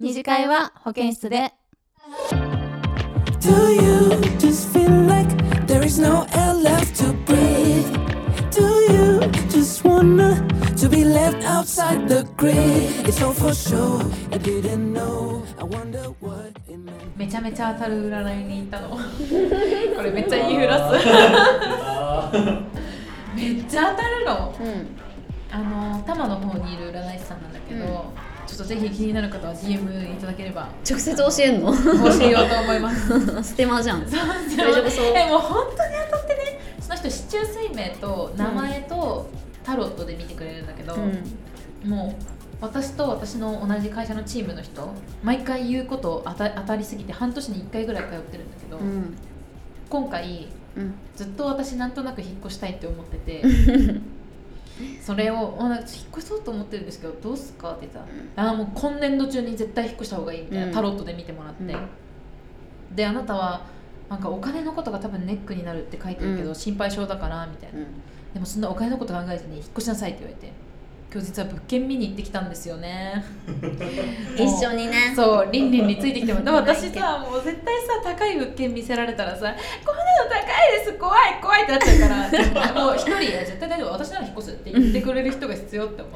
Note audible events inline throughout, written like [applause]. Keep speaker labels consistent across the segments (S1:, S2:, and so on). S1: 二次会は保健室で
S2: Do you just feel like there is no air left to breathe? Do you just wanna to be left outside the grid? It's all for sure. I didn't know. I wonder what it meant.
S3: めちゃめちゃ当たる占いに行った
S1: [laughs]
S3: のこれめっちゃ言いふらすめっちゃ当たるの
S1: うん
S3: あの多摩の方にいる占い師さんなんだけど、
S1: うん
S3: ちょっとぜひ気になる方は DM いただければ
S1: 直接教えんの
S3: 教えようと思います
S1: [laughs] ステマじゃん大丈夫そう
S3: えもう本当に当たってねその人市中水明と名前とタロットで見てくれるんだけど、もう私と私の同じ会社のチームの人毎回言うこと当た当たりすぎて半年に1回ぐらい通ってるんだけど、
S1: うん
S3: 今回
S1: うん
S3: ずっと私なんとなく引っ越したいって思って
S1: [laughs]
S3: てそれを「あなんか引っ越そうと思ってるんですけどどうすか?」って言ったら「あーもう今年度中に絶対引っ越した方がいい」みたいな、
S1: うん
S3: タロットで見てもらって、であなたはなんかお金のことが多分ネックになるって書いてるけど、
S1: うん
S3: 心配性だからみたいな、でもそんなお金のこと考えずに引っ越しなさいって言われて今日実は物件見に行ってきたんですよね
S1: [laughs] 一緒にね
S3: そう、りんりんについてきてもら
S1: [laughs]
S3: った私さ、もう絶対さ、高い物件見せられたらさ、こんなの高いです、怖い、怖いってなっち [laughs] ゃうから、もう一人、いや絶対大丈夫、私なら引っ越すって言ってくれる人が必要って思う。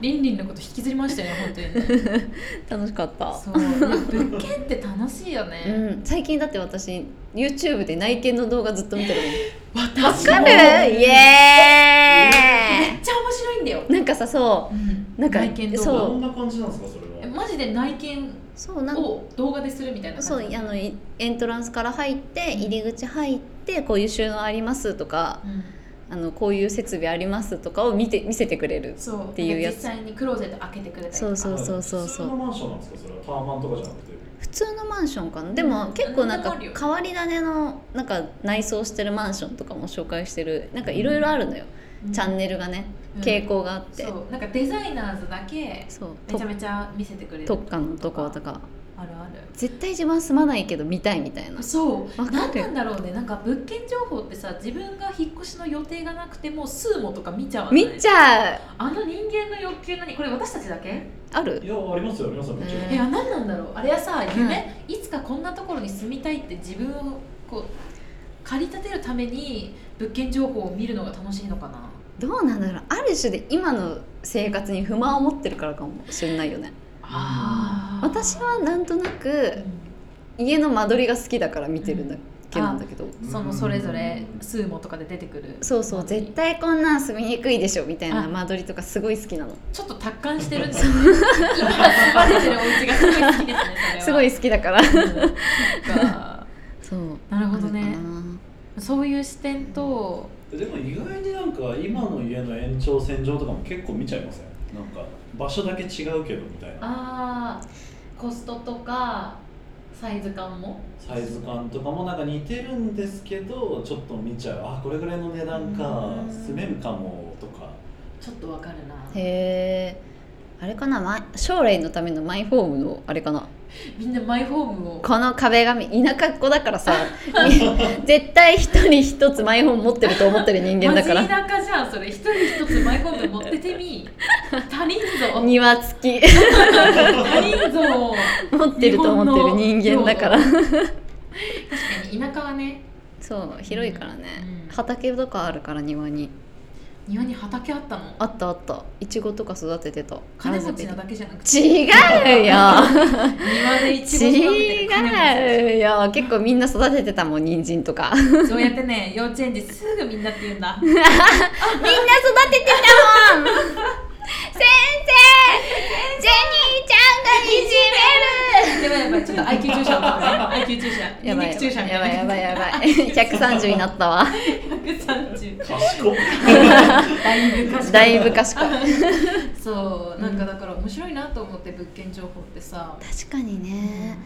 S3: りんりんのこと引きずりましたよね、本当にね。
S1: 楽しかった
S3: [laughs] そう、物件って楽しいよね。
S1: うん、最近だって私 YouTube で内見の動画ずっと見てるわ
S3: 私
S1: かるイ
S3: めっ
S1: エ
S3: ちゃ面白いんだよ
S1: ー。イなんかさそなんか
S3: 内見動画
S1: そう
S4: どんな感じなんですかそれ
S3: え
S4: は
S3: マジで内見
S1: うそうなんか
S3: を動画でするみたいな
S1: そう
S3: 感じ
S1: あのいエントランスから入って入り口入ってこういう収納ありますとか
S3: うん
S1: あのこういう設備ありますとかを見て見せてくれる
S3: そう
S1: っていうやつ
S3: 実際にクローゼット開けてくれたりとか
S1: そうそうそうそう
S4: 普
S1: そ
S4: 通の
S1: う
S4: マンションなんですかそれはタワマンとかじゃなくて
S1: 普通のマンションかなで
S3: う
S1: も
S3: ん
S1: 結構な
S3: 何
S1: ん
S3: でもあ
S1: か
S3: るよ
S1: 変わり種のなんか内装してるマンションとかも紹介してるなんかいろいろあるのよ、チャンネルがね
S3: うん
S1: 傾向があって、
S3: そうなんかデザイナーズだけ
S1: そう
S3: め
S1: と
S3: ちゃめちゃ見せてくれる
S1: 特化のとことか
S3: あるある
S1: 絶対自分は住まないけど見たいみたいな
S3: そう
S1: わか
S3: 何
S1: る
S3: なんだろうねなんか物件情報ってさ自分が引っ越しの予定がなくてもスーモとか見ちゃわない
S1: 見ちゃう
S3: あの人間の欲求何これ私たちだけ、
S1: ある
S4: いやありますよありますよもちろん、
S1: ね
S3: いや何なんだろうあれはさ夢、いつかこんなところに住みたいって自分をこう駆り立てるために物件情報を見るのが楽しいのかな
S1: どうなんだろうある種で今の生活に不満を持ってるからかもしれないよね
S3: あー
S1: 私はなんとな
S3: う
S1: く
S3: ん
S1: 家の間取りが好きだから見てるだけなんだけど、
S3: そのそれぞれスーモとかで出てくる
S1: そうそう絶対こんなん住みにくいでしょみたい
S3: あ
S1: な間取りとかすごい好きなの
S3: ちょっと達観してるん
S1: [laughs]
S3: ですよね。今住まれてるお家がすごい好きですね。
S1: すごい好きだから
S3: それは。うんそっか
S1: そう
S3: なるほど
S1: ある
S3: ね
S1: か。な
S3: そういう視点と、
S4: でも意外になんか今の家の延長線上とかも結構見ちゃいませんなんか場所だけ違うけどみたいな
S3: ああ、コストとかサイズ感も。
S4: サイズ感とかもなんか似てるんですけどちょっと見ちゃうあこれぐらいの値段か
S3: うん
S4: 住めるかもとか
S3: ちょっとわかるな。
S1: へえあれかなマイ将来のためのマイホームのあれかな
S3: みんなマイホームを。
S1: この壁紙田舎っ子だからさ [laughs] 絶対一人一つマイホーム持ってると思ってる人間だか
S3: マジ
S1: ら
S3: 田舎じゃんそれ一人一つマイホーム持ってて [laughs] み他人像
S1: 庭付き [laughs]
S3: 他人像を
S1: 持ってると思ってる人間だから
S3: 日確かに田舎はね
S1: [laughs] そう広いからね、
S3: うん
S1: 畑とかあるから庭に
S3: 庭に畑あったの
S1: あったあったいちごとか育ててた
S3: 金持ちなだけじゃなくて
S1: 違うよ
S3: 庭でイチゴ育ててる金持
S1: 違うよ結構みんな育ててたもん人参
S3: [laughs]
S1: とかみんな育
S3: ちそうやってね幼稚園ですぐみんなって言うんだ [laughs]
S1: ててたもん先生ジェニーちゃんがいじめ
S3: やばいやば
S1: る
S3: いちょっ
S1: [laughs]
S3: と IQ 注射だね IQ 注射
S1: やばい
S3: 人力注射
S1: やばいやばいやばい130になったわ
S3: 130
S4: 賢っ
S3: だいぶ賢い
S1: だいぶ賢い
S3: そうなんかだから面白いなと思って物件情報ってさ
S1: 確かにね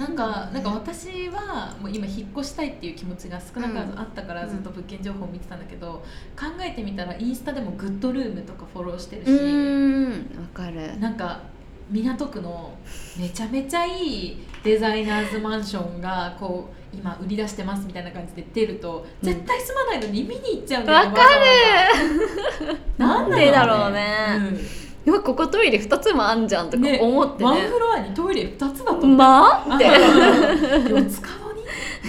S3: なんかなんか私はもう今引っ越したいっていう気持ちが少なからず
S1: うん
S3: あったから
S1: うん
S3: ずっと物件情報を見てたんだけど、考えてみたらインスタでもグッドルームとかフォローしてるし、
S1: うーんわかる
S3: なんか港区のめちゃめちゃいいデザイナーズマンションがこう今売り出してますみたいな感じで出ると
S1: うん
S3: 絶対住まないのに見に行っちゃうんだよ
S1: わかる
S3: わざわざなん
S1: なんでだろうね
S3: うん
S1: うわここトイレ2つもあんじゃんとか思って
S3: ワン
S1: ね
S3: フロアにトイレ2つだと
S1: まあって
S3: 四つ角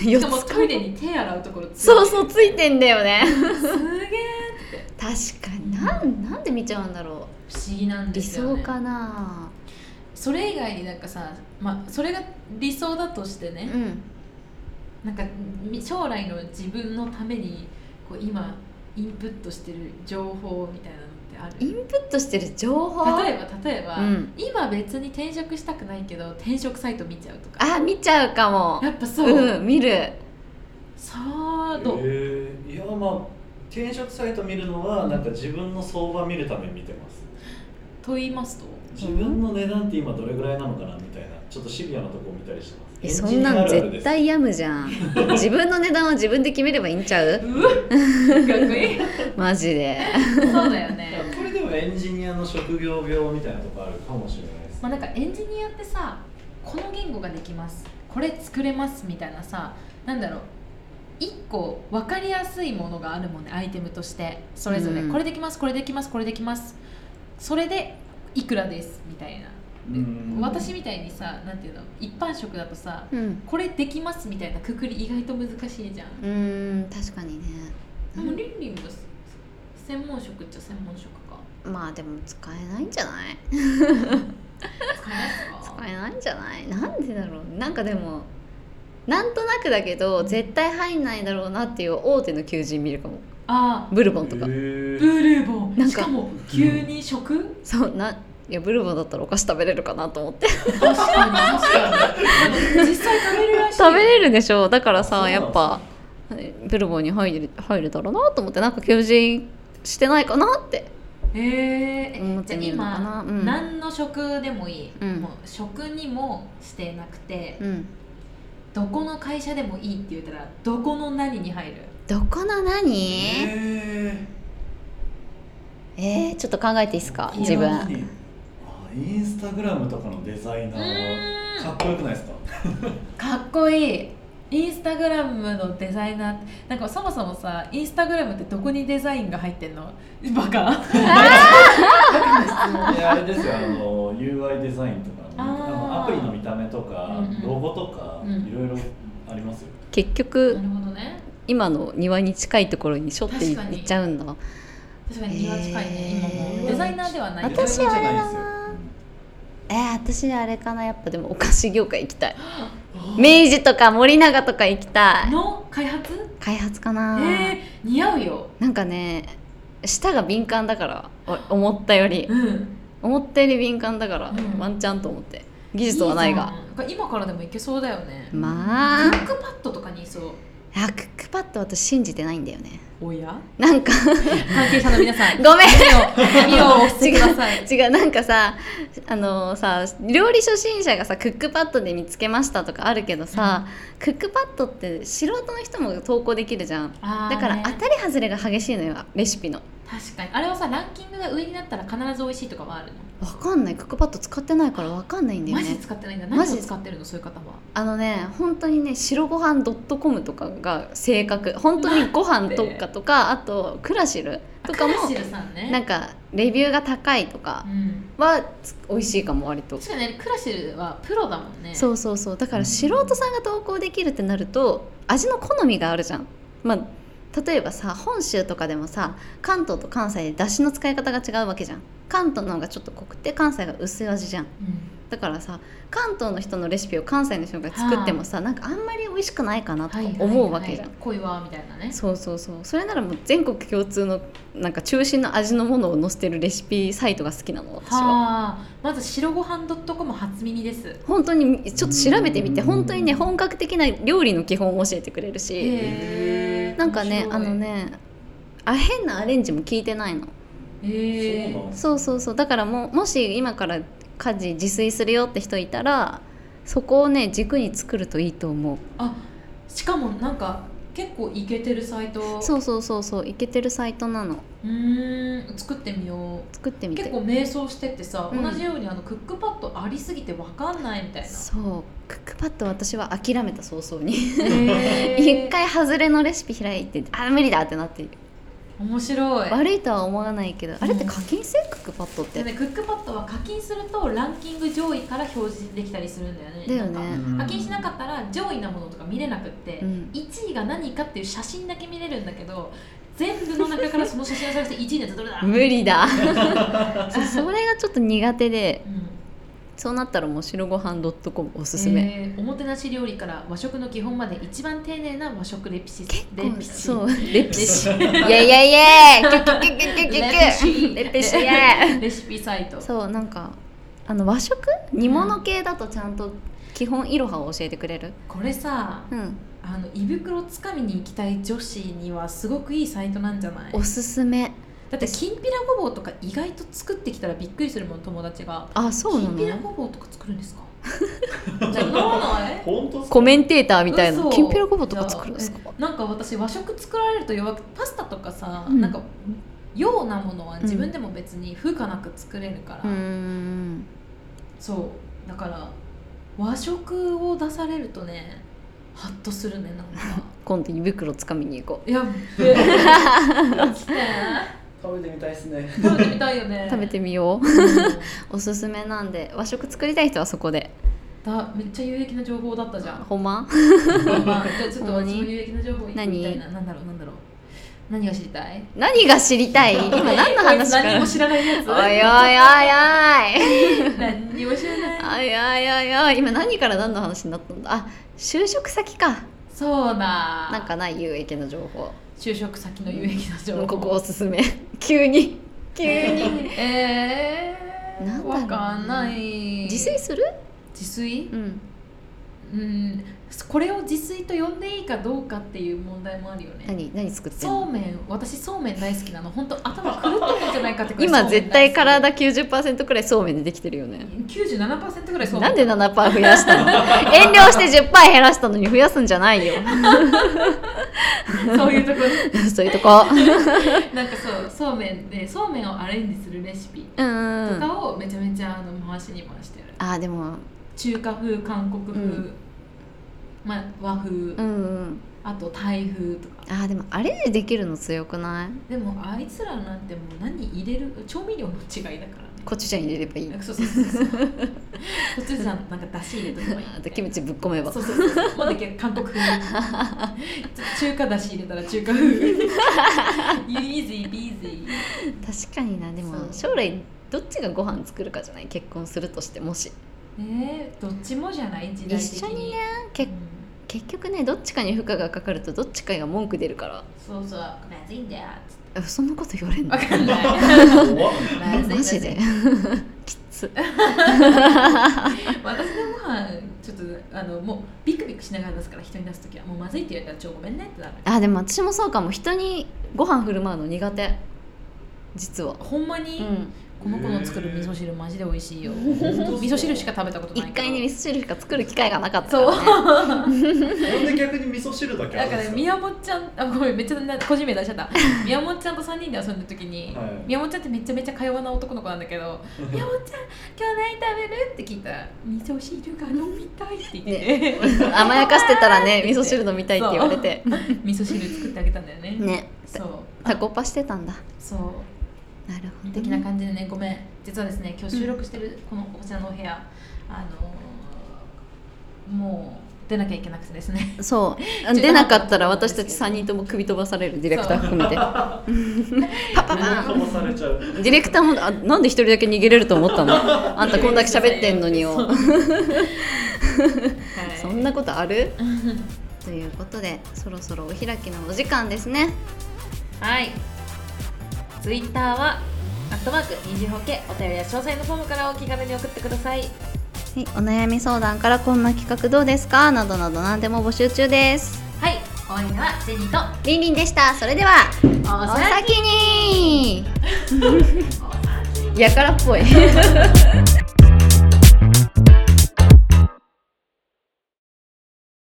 S3: に
S1: [laughs] 四
S3: し
S1: つ
S3: かもトイレに手洗うところついて
S1: そうそうついてんだよね
S3: すげえ
S1: 確かになんなんで見ちゃうんだろ
S3: 不思議なん
S1: う理
S3: ですよ、ね、
S1: 想かな
S3: それ以外になんかさ、まあ、それが理想だとして
S1: う
S3: ね、
S1: ん
S3: なんかみ将来の自分のためにこう今インプットしてる情報みたいなのってあ
S1: イ
S3: る
S1: ンプットしてる情報
S3: 例えば例えば、
S1: うん
S3: 今別に転職したくないけど転職サイト見ちゃうとか
S1: あ見ちゃうかも
S3: やっぱそう、
S1: うん見る
S3: そうどう、
S4: えー、いやまあ転職サイト見るのはなんか自分の相場見るために見てます
S3: と言いますと
S4: 自分の値段って今どれぐらいなのかなみたいなちょっとシビアなとこを見たりしてます
S1: えそんなん
S4: エンジニアあるあるで
S1: 絶
S4: す
S1: 対病むじ
S4: [laughs]
S1: ゃん自分の値段は自分で決めればいいんちゃう
S3: うわかっこいい
S1: [laughs] マジで
S3: そうだよ
S4: いや
S3: ね
S4: これでもエンジニアの職業病みたいなとこあるかもしれないです
S3: まあなんかエンジニアってさこの言語ができますこれ作れますみたいなさなんだろう一個分かりやすいものがあるもんねアイテムとしてそれぞれ、
S1: うん
S3: これできますこれできますこれできますそれでいくらですみたいな、
S4: うん
S3: 私みたいにさなんていうの一般職だとさ
S1: うん
S3: これできますみたいなくくり意外と難しいじゃん、
S1: うーん確かにね
S3: でもリンリンも専門職っちゃ専門職
S1: [laughs]
S3: か
S1: まあでも使えないんじゃない
S3: 使えますか
S1: 使えないんじゃないなんでだろうなんかでもなんとなくだけど絶対入んないだろうなっていう大手の求人見るかも
S3: あ
S1: ブルボンとか、
S4: へ
S3: ー
S4: ー
S3: ブルーボン
S1: なんか
S3: しかも急に食、
S1: そうないやブルボンだったらお菓子食べれるかなと思って
S3: 確かに確かに実際食べるらしい
S1: 食べれるでしょだから
S4: そう
S1: さ
S4: なんだ
S1: やっぱブルボンに入れ入れたらなと思ってなんか求人してないかなって
S3: え
S1: 思
S3: ー、
S1: っ
S3: じ
S1: て
S3: ゃあ
S1: みるのかな
S3: 今、
S1: うん
S3: 何の食でもいい、
S1: うん
S3: もう食にもしてなくて、
S1: うん
S3: どこの会社でもいいって言ったらどこの何に入る
S1: どこの何え
S4: え
S1: ーちょっと考えていいですか
S4: ー
S1: 自
S4: あ
S1: 分
S4: インスタグラムとかのデザイナー
S3: う
S4: かっこよくないですか
S3: かっこいいインスタグラムのデザイナーなんかそもそもさインスタグラムってどこにデザインが入ってんのバカ
S4: いやあれですよあの UI デザインとか
S3: あー
S4: あのアプリの見た目とか、
S3: うんうん
S4: ロゴとか、
S3: うん
S4: いろいろありますよ
S1: 結
S3: な
S1: 局
S3: るほどね
S1: 今の庭に近いところにしょってい
S3: 確かに
S1: いっちゃうんだ
S3: 確かに庭近いね、今もう
S1: えー
S3: デザイナーではないけど
S1: 私
S4: デザイナーじゃ
S1: あ
S4: な
S1: れ
S4: いです
S1: だ
S4: よ
S1: なえー、私あれかなやっぱでもお菓子業界行きたい明治とか森永とか行きたい
S3: の開発
S1: 開発かな、
S3: えー、似合うよ。
S1: なんかね舌が敏感だからお思ったより
S3: うん。
S1: 思ったより敏感だから、
S3: うん
S1: ワンチャンと思って技術はないが
S3: いいじゃん。今からでもいけそうだよね。
S1: まあ
S3: クックパッドとかにいそう。
S1: あクックパッド私信じてないんだよね
S3: おや
S1: なんか
S3: 関係者の皆さん、
S1: [laughs] ごめん
S3: 目を押してください。
S1: 違うなんかさあのさ料理初心者がさクックパッドで見つけましたとかあるけどさ、クックパッドって素人の人も投稿できるじゃん
S3: あー
S1: だから
S3: ね
S1: 当たり外れが激しいのよレシピの
S3: 確かに。あれはさ、ランキングが上になったら必ず美味しいとかはあるの。
S1: わかんないクックパッド使ってないからわかんないんだよ
S3: マジ
S1: ね
S3: で使ってないんだ。
S1: マ
S3: 何
S1: ジ
S3: を
S1: で
S3: 使ってるの、そういう方は。
S1: あのね本当にね白ご飯 .com とかが正確本当にご飯とかとかあとクラシルとかも
S3: あクラシルさんね。
S1: なんかレビューが高いとか
S3: うん。
S1: はつ美味しいかも割と
S3: 確かにね、クラシルはプロだもんね。
S1: そうそうそうだから素人さんが投稿できるってなると味の好みがあるじゃんまあ例えばさ本州とかでもさ関東と関西で出汁の使い方が違うわけじゃん関東の方がちょっと濃くて関西が薄い味じゃん
S3: うん。
S1: だからさ関東の人のレシピを関西の人が作ってもさ、なんかあんまり美味しくないかなとか思うわけじゃん、
S3: 恋はみたいなね。
S1: そうそうそうそれならもう全国共通のなんか中心の味のものを載せてるレシピサイトが好きなの私は
S3: はあ。まず白ご飯 .com 初耳です。
S1: 本当にちょっと調べてみて
S4: うん
S1: 本当にね本格的な料理の基本を教えてくれるし
S3: へー
S1: なんかね
S3: 面白
S1: あ
S3: い
S1: のねあ変なアレンジも聞いてないの
S3: へえ
S4: そうなんです
S1: そうそうそうだからもうもし今から家事自炊するよって人いたらそこをね軸に作るといいと思う
S3: あしかもなんか結構イケてるサイト
S1: そううそうそうそういけてるサイトなの
S3: ーん作ってみよう
S1: 作ってみて
S3: 結構迷走してってさ、
S1: うん
S3: 同じようにあのクックパッドありすぎてわかんないみたいな
S1: そうクックパッド私は諦めた早々に
S3: へー
S1: [laughs] 一回外れのレシピ開いてあ無理だってなって
S3: 面白い
S1: 悪いとは思わないけどあれって課金制クックパッドっ
S3: で
S1: て、
S3: ね、クックパッドは課金するとランキング上位から表示できたりするんだよね
S1: だよ
S3: な
S1: ね
S3: んか
S4: うん
S3: 課金しなかったら上位なものとか見れなくって、
S1: うん
S3: 1位が何かっていう写真だけ見れるんだけど全部の中からその写真を探して1位のやつどれだ、
S1: 無理
S3: [laughs]
S1: だそそれがちょっと苦手で
S3: うん
S1: そうなったらもう白ご飯 .com おすすめ、
S3: えーおもてなし料理から和食の基本まで一番丁寧な和食レピシレピシ
S1: そうレピシ
S3: レ
S5: イエイエイイエイキュキュキュキュキュキュキュ
S3: シ
S1: レピシイエ
S3: [laughs]
S1: イ
S3: レシピサイト
S1: そうなんかあの和食煮物系だとちゃんと基本いろはを教えてくれる
S3: これさ
S1: うん
S3: あの胃袋つかみに行きたい女子にはすごくいいサイトなんじゃない
S1: おすすめ
S3: だってきんぴらごぼうとか意外と作ってきたらびっくりするもん友達が
S1: あそうな
S3: きんぴら
S1: の
S3: ごぼうとか作るんですか [laughs] じゃあ飲まない
S4: 本当っすか
S1: コメンテーターみたいな
S3: 嘘
S1: きんぴらごぼうとか作るんですか
S3: いやえなんか私和食作られると弱くパスタとかさ、
S1: うん
S3: なんかようなものは自分でも別に風化なく作れるから、
S1: うーん
S3: そうだから和食を出されるとねハッとするねなん
S1: [laughs]
S3: か
S1: 今度胃袋つかみに行こ
S3: いやっべ来て
S4: 食べてみたいですね
S3: 食べてみたいよね
S1: う食べてみよう
S3: うん
S1: おすすめなんで和食作りたい人はそこで
S3: だめっちゃ有益な情報だったじ
S1: [laughs]
S3: ゃん
S1: ほんま
S3: まあじゃあちょっと
S1: ほんま
S3: 私
S1: に
S3: も有益な情報みたいななんだろうなんだろう何が知りたい
S1: 何が知りたい今何の話
S3: [laughs] こ
S1: か
S3: いつ何
S1: ら
S3: も知らないやつ
S1: おいおいおいお
S3: [laughs]
S1: い
S3: 何にも知らない
S1: おいおいおいおい今何から何の話になったんだあ就職先か
S3: そうだ
S1: なんかない有益な情報
S3: 就職先の有益な情
S1: も
S3: 報
S1: うここおすすめ急に急に
S3: えー、
S1: なんだろう
S3: わかんない
S1: 自炊する
S3: 自炊
S1: うん
S3: うんこれを自炊と呼んでいいかどうかっていう問題もあるよね
S1: 何何作ってん
S3: そう
S1: の
S3: めん私そうめん大好きなの本当頭狂ってるんじゃないかってくらい
S1: 今
S3: そうめん
S1: 絶
S3: 大
S1: 対
S3: 好き
S1: 体90%くらいそうめんでできてるよね
S3: 97%ぐらいそうめ
S1: なんで7%増やしたの [laughs] 遠慮して10%減らしたのに増やすんじゃないよ [laughs]
S3: そういうところ
S1: そういうとこ
S3: なんかそうそうめんでそうめんをアレンジするレシピ
S1: うんうんう
S3: と
S1: ん
S3: かをめちゃめちゃあの回しに回してる
S1: あでも
S3: 中華風韓国風、
S1: うん
S3: まあ、和風、
S1: うんうん
S3: あとタイ風とか
S1: あでもアレンジできるの強くない
S3: でもあいつらなんてもう何入れる調味料の違いだからね
S1: コチュジャン入れればいい
S3: そうそうそうそうこっちじゃなんかだし入れとけばいい
S1: あとキムチぶっ込めば
S3: そうそうそうもうだけど韓国風中華だし入れたら中華 [laughs] 風 You easy be easy
S1: 確かになでも
S3: そ
S1: 将来どっちがご飯作るかじゃない結婚するとしてもし
S3: えー、どっちもじゃない時代的に
S1: 一緒にね結
S3: うん
S1: 結局ねどっちかに負荷がかかるとどっちかが文句出るから
S3: そうそうまずいんだよつって
S1: えそんなこと言われんの
S3: わかんない
S4: 怖っ
S3: まずい
S1: マジできつ
S3: 私のご飯ちょっとあのもうビクビクしながら出すから人に出す時はもうまずいって言われたら超ごめんねってなる
S1: あでも私もそうかも人にご飯振る舞うの苦手実は
S3: ほんまに、
S1: うん
S3: この子の作る味噌汁マジで美味しいよ
S4: 本当っす
S3: 味噌汁しか食べたことない
S1: 一
S3: から
S1: 回ね味噌汁しか作る機会がなかったか
S3: そう
S1: ら、ね、
S4: なんで逆に味噌汁だけ
S3: だ
S4: あるん
S3: から
S4: です
S3: ね
S4: か
S3: 宮本ちゃんあごめんめっちゃ個人名出しちゃ [laughs] った宮本ちゃんと3人で遊んだ時に、
S4: はい
S3: 宮本ちゃんってめちゃめちゃか弱な男の子なんだけ
S4: [laughs]
S3: ど「宮本ちゃん今日何食べる?」って聞いたら「味噌汁が飲みたい」って言って、
S1: 甘やかしてたらね味噌汁飲みたいって言われて
S3: [laughs] 味噌汁作ってあげたんだよね
S1: ね
S3: そう
S1: タコパしてたんだ
S3: そう
S1: なるほどね、
S3: 的な感じでねごめん実はですね今日収録してるこのこちらのお部屋、あのーもう出なきゃいけなくてですね
S1: [laughs] そう出なかったら私たち3人とも首飛ばされるディレクター含 [laughs] めてパパパ
S4: 飛ばされちゃう
S1: ディレクターもあなんで一人だけ逃げれると思 [laughs] ったのあんたこんだけ喋ってんのによ
S3: はい [laughs]
S1: [laughs] そんなことあるということでそろそろお開きのお時間ですね
S3: はいツイッターはアットマーク二次保険お便りや詳細のフォームからお気軽に送ってください
S1: はい、お悩み相談からこんな企画どうですかなどなど何でも募集中です
S3: はいお相手はジェニーと
S1: りんりんでしたそれでは
S3: お
S1: お [laughs] 先にやからっぽい